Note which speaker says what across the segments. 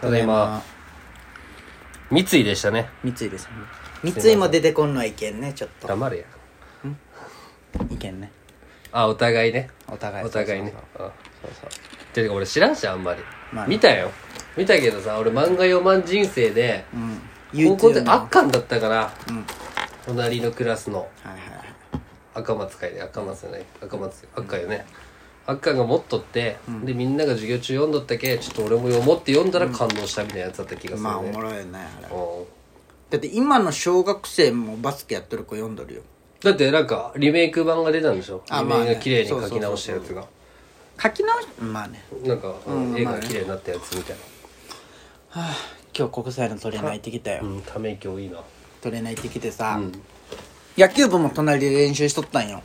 Speaker 1: ただいま三井でしたね
Speaker 2: 三井です三井も出てこんのはいけんねちょっと
Speaker 1: 黙れや
Speaker 2: いけんね
Speaker 1: あお互いね
Speaker 2: お互い
Speaker 1: お互いね
Speaker 2: そうそう
Speaker 1: あそうそうてか俺知らんしあんまり、
Speaker 2: まあね
Speaker 1: 見たよ見たけどさ俺漫画読まん人生で
Speaker 2: そうう
Speaker 1: 高
Speaker 2: ん
Speaker 1: 校で
Speaker 2: YouTube の
Speaker 1: あっかんだったから
Speaker 2: うんはい
Speaker 1: 隣のクラスの
Speaker 2: はいはい
Speaker 1: 赤松会で赤松じゃない赤松赤かよね赤が持っとって、でみんなが授業中読んどったけちょっと俺も読もうって読んだら感動したみたいなやつだった気がする
Speaker 2: まあお
Speaker 1: ね、
Speaker 2: もろいよねあれ
Speaker 1: うん
Speaker 2: だって今の小学生もバスケやってる子読んどるよ
Speaker 1: だってなんかリメイク版が出たんでしょ
Speaker 2: あ
Speaker 1: リ
Speaker 2: まあね
Speaker 1: メイクが綺麗に書き直したやつが
Speaker 2: 書き直しまあね
Speaker 1: なんか、絵が綺麗になったやつみたい
Speaker 2: はあ今日国際のトレーナー行ってきたよ
Speaker 1: な、うんため息多い な
Speaker 2: トレーナー行ってきてさ、野球部も隣で練習しとったんよ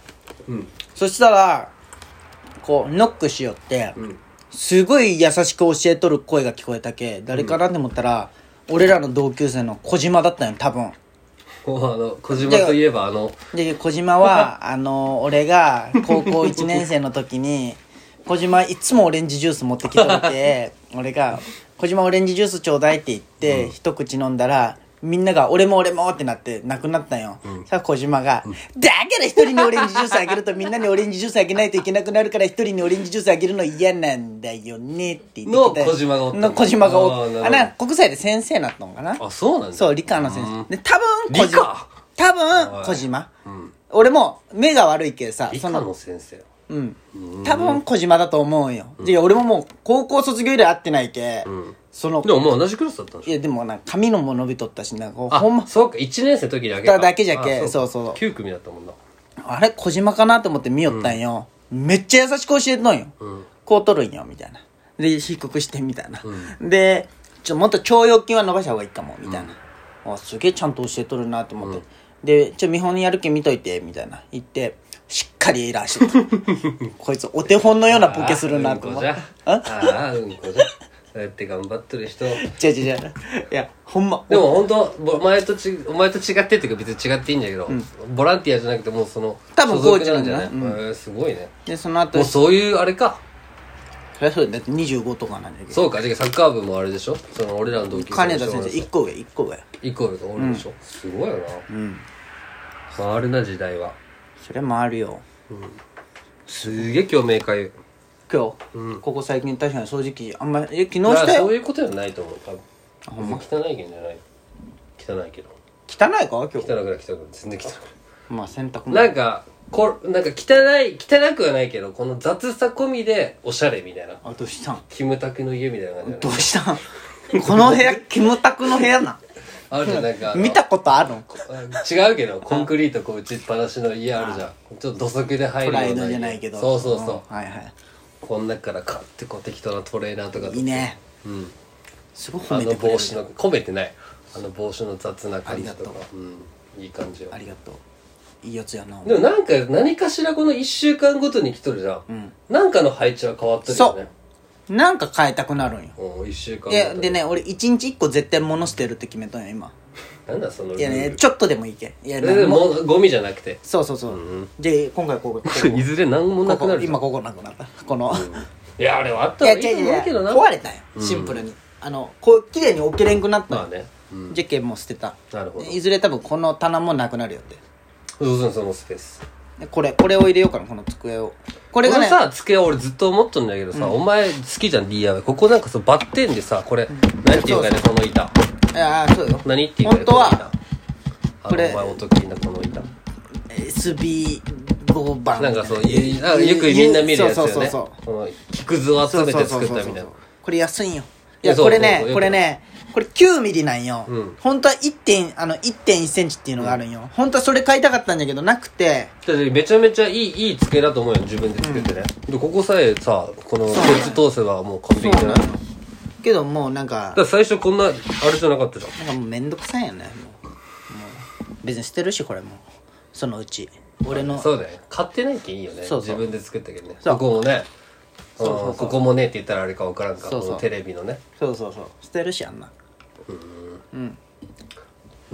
Speaker 1: うん
Speaker 2: そしたらこうノックしよって、
Speaker 1: うん
Speaker 2: すごい優しく教えとる声が聞こえたけ誰かなって思ったら、俺らの同級生の小島だったんよ多分
Speaker 1: もうあの小島といえばあの
Speaker 2: で小 島はあの俺が高校1年生の時に小島いつもオレンジジュース持ってきておい て俺が「小島オレンジジュースちょうだい」って言って、一口飲んだらみんなが「俺も俺も」ってなってなくなったんよ、さあ小島が「だから一人にオレンジジュースあげるとみんなにオレンジジュースあげないといけなくなるから一人にオレンジジュースあげるの嫌なんだよね」って言ってきた
Speaker 1: の小島がおったの
Speaker 2: の小島がお
Speaker 1: あーなるほど
Speaker 2: あな国際で先生なったのかな
Speaker 1: あそうなんだ
Speaker 2: そう理科の先生で多分小
Speaker 1: 理
Speaker 2: 島
Speaker 1: 科
Speaker 2: 多
Speaker 1: お
Speaker 2: 分
Speaker 1: い
Speaker 2: 小島
Speaker 1: うん
Speaker 2: 俺も目が悪いけどさ
Speaker 1: 理
Speaker 2: そ
Speaker 1: 科
Speaker 2: の
Speaker 1: の先生
Speaker 2: うん多分小島だと思うよで俺ももう高校卒業以来会ってないけ
Speaker 1: ん
Speaker 2: その
Speaker 1: でももう同じクラスだったんで
Speaker 2: い
Speaker 1: しょ
Speaker 2: やでもなんか髪のも伸びとったしなんかこう
Speaker 1: あ
Speaker 2: ほんま
Speaker 1: そうか1年生の時だけ
Speaker 2: だだけじゃけ
Speaker 1: あ
Speaker 2: そうそう
Speaker 1: 9組だったもんな
Speaker 2: あれ小島かなと思って見よったんよめっちゃ優しく教えとんよこう取るんよみたいなで低くしてみたいなでちょもっと腸腰筋は伸ばした方がいいかもみたいなあすげえちゃんと教えとるなと思ってでちょ見本やるけ見といてみたいな言ってしっかりエラーし てたこいつお手本のようなボケするなと思って
Speaker 1: あーうんこじゃああーうんこじゃそうやって頑張ってる人
Speaker 2: 違う違う違ういやほんま
Speaker 1: でも本当お前とちお前と違ってっていうか別に違っていいんだけど、ボランティアじゃなくてもうその
Speaker 2: 多分
Speaker 1: 所属なんじゃない、
Speaker 2: コーチなん
Speaker 1: へーすごいね
Speaker 2: でその後
Speaker 1: もうそういうあれか
Speaker 2: そりゃそうだよだって25とかなんだけど
Speaker 1: そうかじゃあサッカー部もあれでしょその俺らの同級生
Speaker 2: 金
Speaker 1: でし
Speaker 2: 田
Speaker 1: ょ
Speaker 2: 先生1個上1個上
Speaker 1: イコールが俺でしょ、すごいよな
Speaker 2: うん
Speaker 1: 回るな時代は
Speaker 2: それもあるよ
Speaker 1: すげえ共鳴かゆ
Speaker 2: 今日、ここ最近確かに掃除機あんまえ昨日
Speaker 1: だから
Speaker 2: した
Speaker 1: そ
Speaker 2: よ
Speaker 1: ういうことじゃないと思う多分汚いけんじゃない汚いけど
Speaker 2: 汚いか今日
Speaker 1: 汚くない汚くない全然汚くない
Speaker 2: まあ洗濯も
Speaker 1: なんか、こなんか汚い、汚くはないけど、この雑さ込みで、おしゃれみたいな。
Speaker 2: あどうしたん
Speaker 1: キムタクの家みたいな感じ
Speaker 2: どうしたんこの 部屋キムタクの部屋なん
Speaker 1: あるじゃん、なんかあの。
Speaker 2: 見たことあるん
Speaker 1: あ違うけど、コンクリートこう打ちっぱなしの家あるじゃん。ちょっと土足で入
Speaker 2: プ
Speaker 1: るような
Speaker 2: ラ
Speaker 1: 家
Speaker 2: イドじゃないけど
Speaker 1: そうそうそ
Speaker 2: んはいは
Speaker 1: う。こん中から買ってこう適当なトレーナーとかと
Speaker 2: いいいね
Speaker 1: うん。
Speaker 2: すごい褒
Speaker 1: あ
Speaker 2: め
Speaker 1: の
Speaker 2: てくれ
Speaker 1: 帽
Speaker 2: る
Speaker 1: 子の、込めてない。あの帽子の雑な感じとか
Speaker 2: ありが。
Speaker 1: うん。いい感じよ
Speaker 2: あ。りがとういいやつやな
Speaker 1: でもなんか、何かしらこの一週間ごとに来とるじゃん。なんかの配置は変わってるよね。
Speaker 2: なんか変えたくなるんよ
Speaker 1: うん、一週間ごと
Speaker 2: い
Speaker 1: に
Speaker 2: やでね俺一日一個絶対物捨てるって決めとんよ今
Speaker 1: なんだそのルー
Speaker 2: い
Speaker 1: ル
Speaker 2: やねちょっとでもいいけいや
Speaker 1: それで
Speaker 2: なんも
Speaker 1: もゴミじゃなくて
Speaker 2: そうそうそう、で今回ここここ
Speaker 1: いずれ何もなくな
Speaker 2: ここ
Speaker 1: るじゃん
Speaker 2: 今ここなくなったこの、
Speaker 1: いやあれはあった
Speaker 2: い
Speaker 1: ら
Speaker 2: や
Speaker 1: いいと
Speaker 2: 違う違
Speaker 1: 思うけど
Speaker 2: う
Speaker 1: な
Speaker 2: 壊れたよシンプルに、あのこう綺麗に置けれんくなった
Speaker 1: まあ
Speaker 2: の、
Speaker 1: ねうん
Speaker 2: じゃけんもう捨てた
Speaker 1: なるほど
Speaker 2: いずれ多分この棚もなくなるよって
Speaker 1: どうするそのスペース
Speaker 2: でこれこれを入れようかなこの机をこ
Speaker 1: こ
Speaker 2: れがね
Speaker 1: さ机俺ずっと思っとんだけどさお前好きじゃん DIY ここなんかそうバッテンでさこれ何ていうかねこの板
Speaker 2: いやあそうよ
Speaker 1: 何っていうかね
Speaker 2: 本当
Speaker 1: この板
Speaker 2: は
Speaker 1: あ
Speaker 2: これ
Speaker 1: お前おときなこの板
Speaker 2: SB 合板
Speaker 1: なんかそう
Speaker 2: みたい
Speaker 1: いあよくみんな見るやつよ
Speaker 2: そうそう
Speaker 1: ね
Speaker 2: そう
Speaker 1: この木くずを
Speaker 2: そ
Speaker 1: 集
Speaker 2: う
Speaker 1: め
Speaker 2: そう
Speaker 1: て
Speaker 2: そう
Speaker 1: 作
Speaker 2: そう
Speaker 1: ったみたいな
Speaker 2: これ安いんよい
Speaker 1: いや
Speaker 2: やこれ
Speaker 1: そうそう
Speaker 2: ね
Speaker 1: そう
Speaker 2: これねこれ9ミリなんよ、
Speaker 1: うん
Speaker 2: 本当は1点あの1.1センチっていうのがあるんよ、本当はそれ買いたかったんだけどなくて
Speaker 1: だってめちゃめちゃいいいい机だと思うよ自分で作ってねでここさえさこの鉄通せばもう完璧じゃない
Speaker 2: けどもうなんか
Speaker 1: だから最初こんなあれじゃなかったじゃん
Speaker 2: なんかもうめんどくさいよねもうもう別に捨てるしこれもそのうち俺の
Speaker 1: そうだよ買ってないけんいいよね
Speaker 2: そうそ
Speaker 1: 自
Speaker 2: う
Speaker 1: 分で作ったけどね
Speaker 2: そう
Speaker 1: ここもね
Speaker 2: そうそうそう
Speaker 1: うんここもねって言ったらあれか分からんか
Speaker 2: そうそう
Speaker 1: このテレビのね
Speaker 2: そうそうそう捨てるしあんな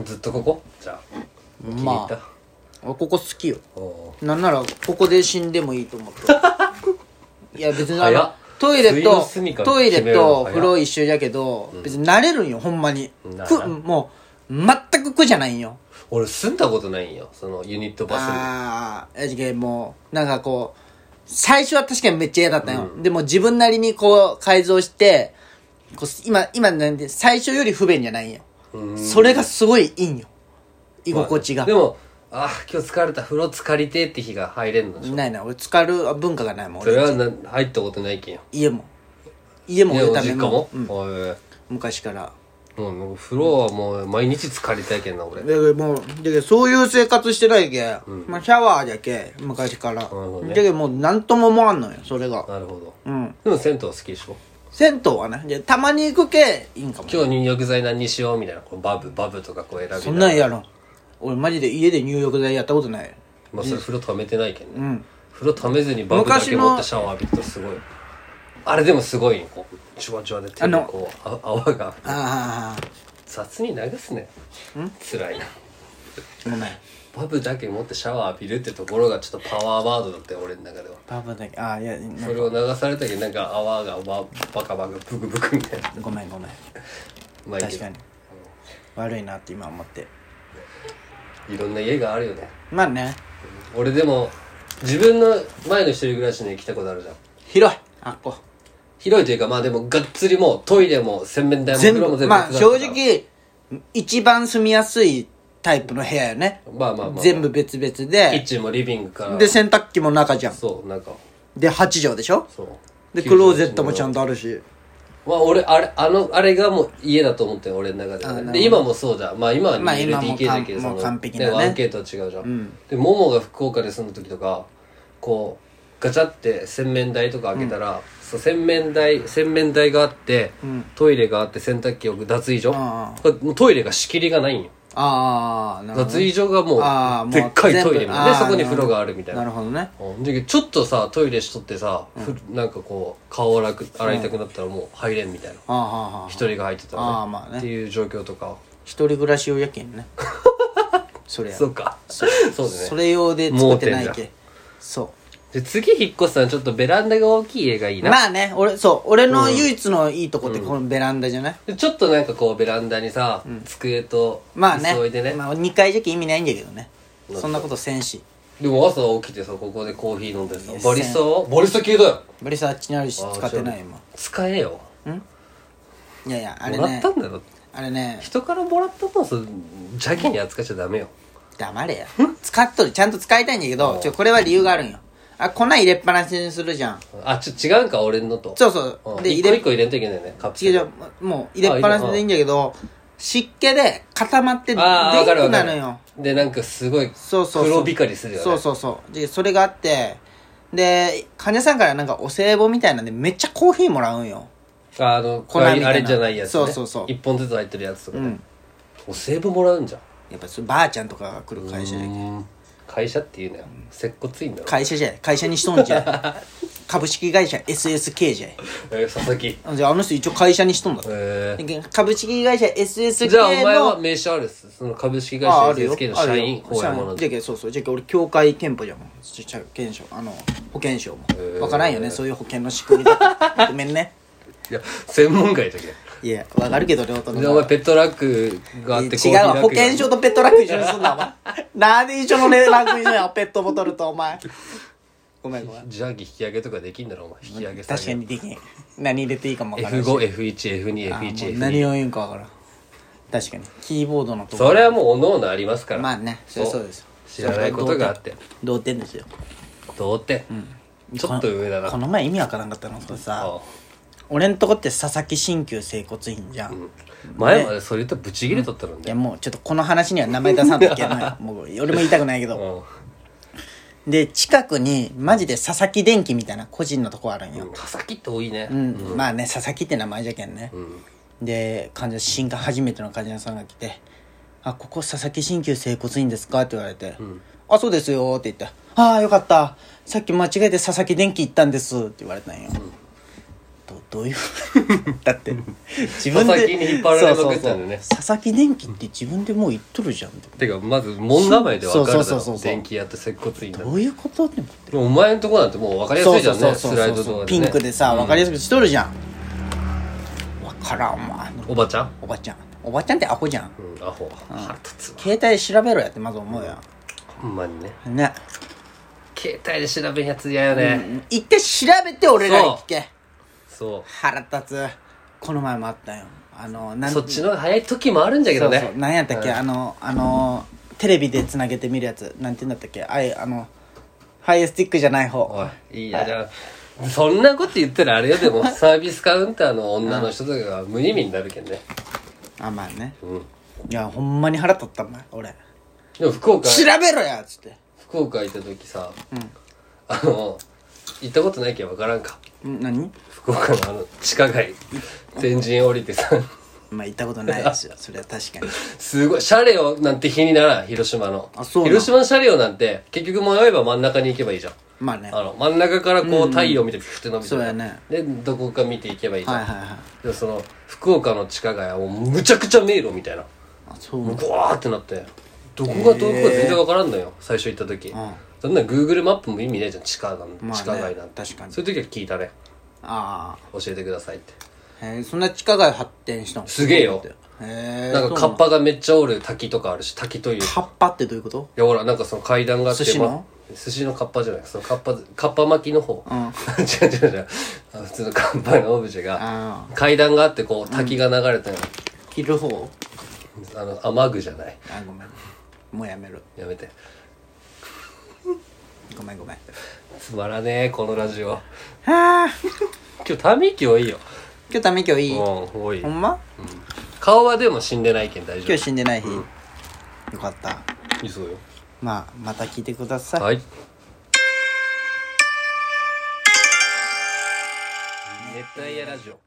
Speaker 1: ずっとここじゃあ気に入
Speaker 2: ま
Speaker 1: った
Speaker 2: あ俺ここ好きよ
Speaker 1: おー
Speaker 2: なんならここで死んでもいいと思ったいや別にあ
Speaker 1: 早っ
Speaker 2: のトイレ
Speaker 1: ついの
Speaker 2: と
Speaker 1: 住みかを
Speaker 2: トイレ
Speaker 1: 決めるの
Speaker 2: と
Speaker 1: 早い
Speaker 2: 風呂一緒やけど、別に慣れるんよほんまに
Speaker 1: な
Speaker 2: 苦もう全く苦じゃないんよ
Speaker 1: 俺住んだことないんよそのユニットバスに
Speaker 2: ああやじけもうなんかこう最初は確かにめっちゃ嫌だったよ、でも自分なりにこう改造してこう今今なんで最初より不便じゃないんよそれがすごいいいんよ居心地が、
Speaker 1: まあでもあー今日疲れた風呂疲れてって日が入れんのでしょ
Speaker 2: ないない俺浸かる文化がないもん
Speaker 1: それ
Speaker 2: 俺
Speaker 1: はな入ったことないけんよ
Speaker 2: 家も家も
Speaker 1: で
Speaker 2: 俺
Speaker 1: お
Speaker 2: た
Speaker 1: 実
Speaker 2: め
Speaker 1: 家も
Speaker 2: も、うん
Speaker 1: おいおい
Speaker 2: 昔から
Speaker 1: もうもう風呂はもう毎日疲れたいけんな俺
Speaker 2: だけどもうだけどそういう生活してないけ、まあ、シャワーだけ昔から、
Speaker 1: ほどね
Speaker 2: だけどもう何とも思わんのよそれが
Speaker 1: なるほど
Speaker 2: うん
Speaker 1: でも銭湯は好きでしょ
Speaker 2: 銭湯はねでたまに行くけいいんかも
Speaker 1: 今日入浴剤何にしようみたいなこうバブバブとかこう選びながら
Speaker 2: そんなんやろ俺マジで家で入浴剤やったことない
Speaker 1: まあそれ風呂溜めてないけんね、
Speaker 2: ん
Speaker 1: 風呂溜めずにバブだけ持ってシャワー浴びるとすごいあれでもすごいよこうジュワジュワで手
Speaker 2: あ
Speaker 1: に
Speaker 2: の
Speaker 1: こうあ泡が
Speaker 2: あ
Speaker 1: 雑に流すねつらいな
Speaker 2: あごめん
Speaker 1: バブだけ持ってシャワー浴びるってところがちょっとパワーワードだったよ俺の中では
Speaker 2: パパだけああいやな
Speaker 1: それを流されたけどなんか泡がババカバカブクブクみたいな
Speaker 2: ごめんごめん
Speaker 1: まあいいけ
Speaker 2: 確
Speaker 1: ど
Speaker 2: かに悪いなって今思って
Speaker 1: いろんな家があるよね
Speaker 2: まあね
Speaker 1: 俺でも自分の前の一人暮らしに来たことあるじゃん
Speaker 2: 広いあっこ
Speaker 1: 広いというかまあでもがっつりもうトイレも洗面台も
Speaker 2: 全
Speaker 1: 風呂も
Speaker 2: 部
Speaker 1: 全部
Speaker 2: まあ
Speaker 1: 別だった
Speaker 2: 正
Speaker 1: から
Speaker 2: 直一番住みやすいタイプの部屋よね
Speaker 1: まあまあまあ
Speaker 2: 全部別々
Speaker 1: キッ
Speaker 2: で
Speaker 1: チンもリビングから
Speaker 2: で洗濯機も中じゃん
Speaker 1: そうなんか
Speaker 2: で8畳でしょ
Speaker 1: そう
Speaker 2: でクローゼットもちゃんとあるし
Speaker 1: まあ俺あれあのあれがもう家だと思ってる俺の中ではね、で今もそうじゃんまあ今は
Speaker 2: まあ
Speaker 1: 2LDK だけど
Speaker 2: 今も完もう完璧なね
Speaker 1: アンケートは違うじゃん、でももが福岡で住んだ時とかこうガチャって洗面台とか開けたら、そう洗面台洗面台があって、トイレがあって洗濯機を脱衣所
Speaker 2: あ
Speaker 1: これもうトイレが仕切りがないんよ
Speaker 2: ああなるほ
Speaker 1: 脱衣所がもう
Speaker 2: あーもう
Speaker 1: でっかいトイレみたいなで
Speaker 2: 全部
Speaker 1: そこに風呂があるみたい
Speaker 2: ど
Speaker 1: な
Speaker 2: なるほどね
Speaker 1: うんでちょっとさトイレしとってさ、ふなんかこう顔洗く洗いたくなったらもう入れんみたいな
Speaker 2: ああああああ
Speaker 1: 一人が入ってたら、
Speaker 2: あーまあね
Speaker 1: っていう状況とか
Speaker 2: 一人暮らし用や けんねそれや
Speaker 1: そ
Speaker 2: そう
Speaker 1: かそうだね
Speaker 2: れ用で作ってない
Speaker 1: 盲点
Speaker 2: けそ
Speaker 1: で次引っ越すのはちょっとベランダが大きい家がいいうな、
Speaker 2: まあね俺そう俺の唯一のいいとこってこのベランダじゃない、
Speaker 1: でちょっとなんかこうベランダにさ、机と
Speaker 2: まあね
Speaker 1: 椅子置いてね、
Speaker 2: まあ、2回じゃけ意味ないんだけどねそんなことせんし
Speaker 1: でも朝起きてさここでコーヒー飲んでさバリスタはバリスタ系だよ
Speaker 2: ブリスあっちにあるし
Speaker 1: あー
Speaker 2: 使ってないよ今
Speaker 1: 使えよ
Speaker 2: いやいやあれ
Speaker 1: もらっ
Speaker 2: ね
Speaker 1: たんだろ
Speaker 2: あれね
Speaker 1: 人からもらったもんさ邪気に扱っちゃダメよ
Speaker 2: 黙れや使っとるちゃんと使いたいんだけどちょこれは理由があるんよあ粉入れっぱなしにするじゃん
Speaker 1: あちょ違うんか俺のと
Speaker 2: そうそううんで
Speaker 1: 一個
Speaker 2: 入れ
Speaker 1: 一個入れんといけないねカプセ
Speaker 2: 違
Speaker 1: ル
Speaker 2: う違うもう入れっぱなしでいいんだけど湿気で固まってで
Speaker 1: ああ分かる
Speaker 2: きく
Speaker 1: 分
Speaker 2: な
Speaker 1: か
Speaker 2: るんよ
Speaker 1: るでなんかすごい
Speaker 2: そうそうそう
Speaker 1: 黒光りするよね
Speaker 2: そうそうそうでそれがあってで患者さんからなんかお歳暮みたいなんでめっちゃコーヒーもらうんよ
Speaker 1: ああの
Speaker 2: 粉みたいな
Speaker 1: あれじゃないやつ、ね、
Speaker 2: そうそうそう
Speaker 1: 1本ずつ入ってるやつとかね、
Speaker 2: うん
Speaker 1: お歳暮もらうんじゃん
Speaker 2: やっぱそればあちゃんとかが来る会社じゃ
Speaker 1: うん会社っていうのよ接骨院だろ
Speaker 2: 会社じゃ会社にしとん じゃ株式会社 SSK じゃ
Speaker 1: えー佐々木
Speaker 2: じゃああの人一応会社にしとんだって
Speaker 1: えー
Speaker 2: 株式会社 SSK の
Speaker 1: じゃあお前は名刺あるっすその株式会社
Speaker 2: ああるよ
Speaker 1: SSK の社員
Speaker 2: あるよ
Speaker 1: 法
Speaker 2: 社
Speaker 1: やもの
Speaker 2: 員じゃ
Speaker 1: で
Speaker 2: けそうそうじゃけ俺協会憲法じゃもん社健証あの保険証もわからんよねそういう保険の仕組みだごめんね
Speaker 1: いや専門外だけど
Speaker 2: いやわかるけど両方
Speaker 1: じゃあお前ペットラックがあって
Speaker 2: 違うわ保険
Speaker 1: 証
Speaker 2: 証とペットラック一緒にすんなお前なんで一緒のねランク一緒やペットボトルとお前ごめんごめん
Speaker 1: ジャーキー引き上げとかできんだろお前引き上げ
Speaker 2: 確かにできん何入れていいかもわからんし
Speaker 1: F5F1F2F1
Speaker 2: あもう何を言うんかわからん確かにキーボードのとこ
Speaker 1: それはもうおのおのありますから
Speaker 2: まあねそりゃそうです
Speaker 1: 知らないことがあって
Speaker 2: 同点ですよ
Speaker 1: 同点、ちょっと上だな
Speaker 2: この前意味わからんかったのがさ
Speaker 1: ああ
Speaker 2: 俺んとこって佐々木新旧整骨院じゃん、い
Speaker 1: 前までそれとブチギレとったのね、
Speaker 2: やもうちょっとこの話には名前出さなきゃいけな いもう俺も言いたくないけ
Speaker 1: う
Speaker 2: ど
Speaker 1: ん
Speaker 2: で近くにマジで佐々木電機みたいな個人のとこあるんよ、
Speaker 1: 佐々木って多いね、
Speaker 2: うんまあね佐々木って名前じゃけんね、で患者新刊初めての患者さんが来て「あここ佐々木鍼灸整骨院ですか?」って言われて「あそうですよ」って言って「ああよかったさっき間違えて佐々木電機行ったんです」って言われたんよ、どどういう だって
Speaker 1: 佐
Speaker 2: 自分
Speaker 1: 々
Speaker 2: で
Speaker 1: 木に引っ張られまくったんだね
Speaker 2: そうそうそう佐々木電機って自分でもう言っとるじゃん
Speaker 1: てかまず門構えで分かるだ
Speaker 2: そうそうそうそう
Speaker 1: ろ
Speaker 2: そう
Speaker 1: 電気やって接骨院だって
Speaker 2: どういうことって思って
Speaker 1: でもお前んとこなんてもう分かりやすいじゃんねスライドとかで、ね、
Speaker 2: ピンクでさ分かりやすくしとるじゃん、わからんわ
Speaker 1: おばちゃん
Speaker 2: おばちゃんおばちゃんってアホじゃん
Speaker 1: うんアホ腹立つわ
Speaker 2: 携帯調べろやってまず思うや
Speaker 1: ほんまにね
Speaker 2: んね
Speaker 1: 携帯で調べんやつ嫌よね、
Speaker 2: 一回調べて俺らに聞け
Speaker 1: そ
Speaker 2: 腹立つこの前もあったよあのな
Speaker 1: うんそっちの方が早い時もあるんじゃけどね
Speaker 2: そうそうなんやったっけ、
Speaker 1: うん
Speaker 2: あのあのテレビでつなげて見るやつなんて言うんだったっけあいあのハイエースティックじゃない方
Speaker 1: おいいいやじゃあそんなこと言ったらあれよでもサービスカウンターの女の人とかが無意味になるけんね
Speaker 2: あまあね
Speaker 1: うん
Speaker 2: いやほんまに腹立ったお前俺
Speaker 1: でも福岡
Speaker 2: 調べろやっつって
Speaker 1: 福岡行った時さ、あの行ったことないけん分からんか
Speaker 2: ん何
Speaker 1: 福岡のあの地下街天神降りてさ
Speaker 2: まあ行ったことな いですよそれは確かに
Speaker 1: すごい、シャレオなんて日にならん、広島の。
Speaker 2: あそうなん
Speaker 1: 広島のシャレオなんて、結局迷えば真ん中に行けばいいじゃん。
Speaker 2: まあね
Speaker 1: あ
Speaker 2: はい
Speaker 1: の、真ん中からこう太陽見てピュッて伸びて、
Speaker 2: そうやね
Speaker 1: で、どこか見ていけばいいじゃん。
Speaker 2: はいはい
Speaker 1: でもその、福岡の地下街はもうむちゃくちゃ迷路みたいな。
Speaker 2: あそう
Speaker 1: もうぐわーってなって、どこがどこか全然わからんのよ、最初行った時。そんなん Google マップも意味ないじゃん、地下なんて、
Speaker 2: まあね
Speaker 1: 地下街なんて。
Speaker 2: 確かに
Speaker 1: そういう時は聞いたね。
Speaker 2: あ
Speaker 1: 教えてくださいって。
Speaker 2: あへえそんな地下街発展したの
Speaker 1: すげえよ
Speaker 2: へえ
Speaker 1: なんかカッパがめっちゃおる滝とかあるし、滝というか
Speaker 2: 葉っぱってどういうこと
Speaker 1: いやほらなんかその階段があって
Speaker 2: 寿司の
Speaker 1: ま寿司のカッパじゃないそのカッパカッパ巻きの方、
Speaker 2: う ん
Speaker 1: 違う違う違うあの普通のカッパのオブジェが
Speaker 2: あ
Speaker 1: 階段があってこう滝が流れてる、
Speaker 2: 切る方
Speaker 1: あの雨具じゃない
Speaker 2: あごめんもうやめる
Speaker 1: やめて
Speaker 2: ごめんごめん
Speaker 1: つまらねえこのラジオ
Speaker 2: ああ
Speaker 1: 今日ため息多いよ
Speaker 2: 今日ため息はいい
Speaker 1: うん多い
Speaker 2: ほんま
Speaker 1: 顔はでも死んでないけん大丈
Speaker 2: 今日死んでない日よかった
Speaker 1: 夫いいそうよ
Speaker 2: まあまた聞いてください
Speaker 1: はい熱帯夜ラジオ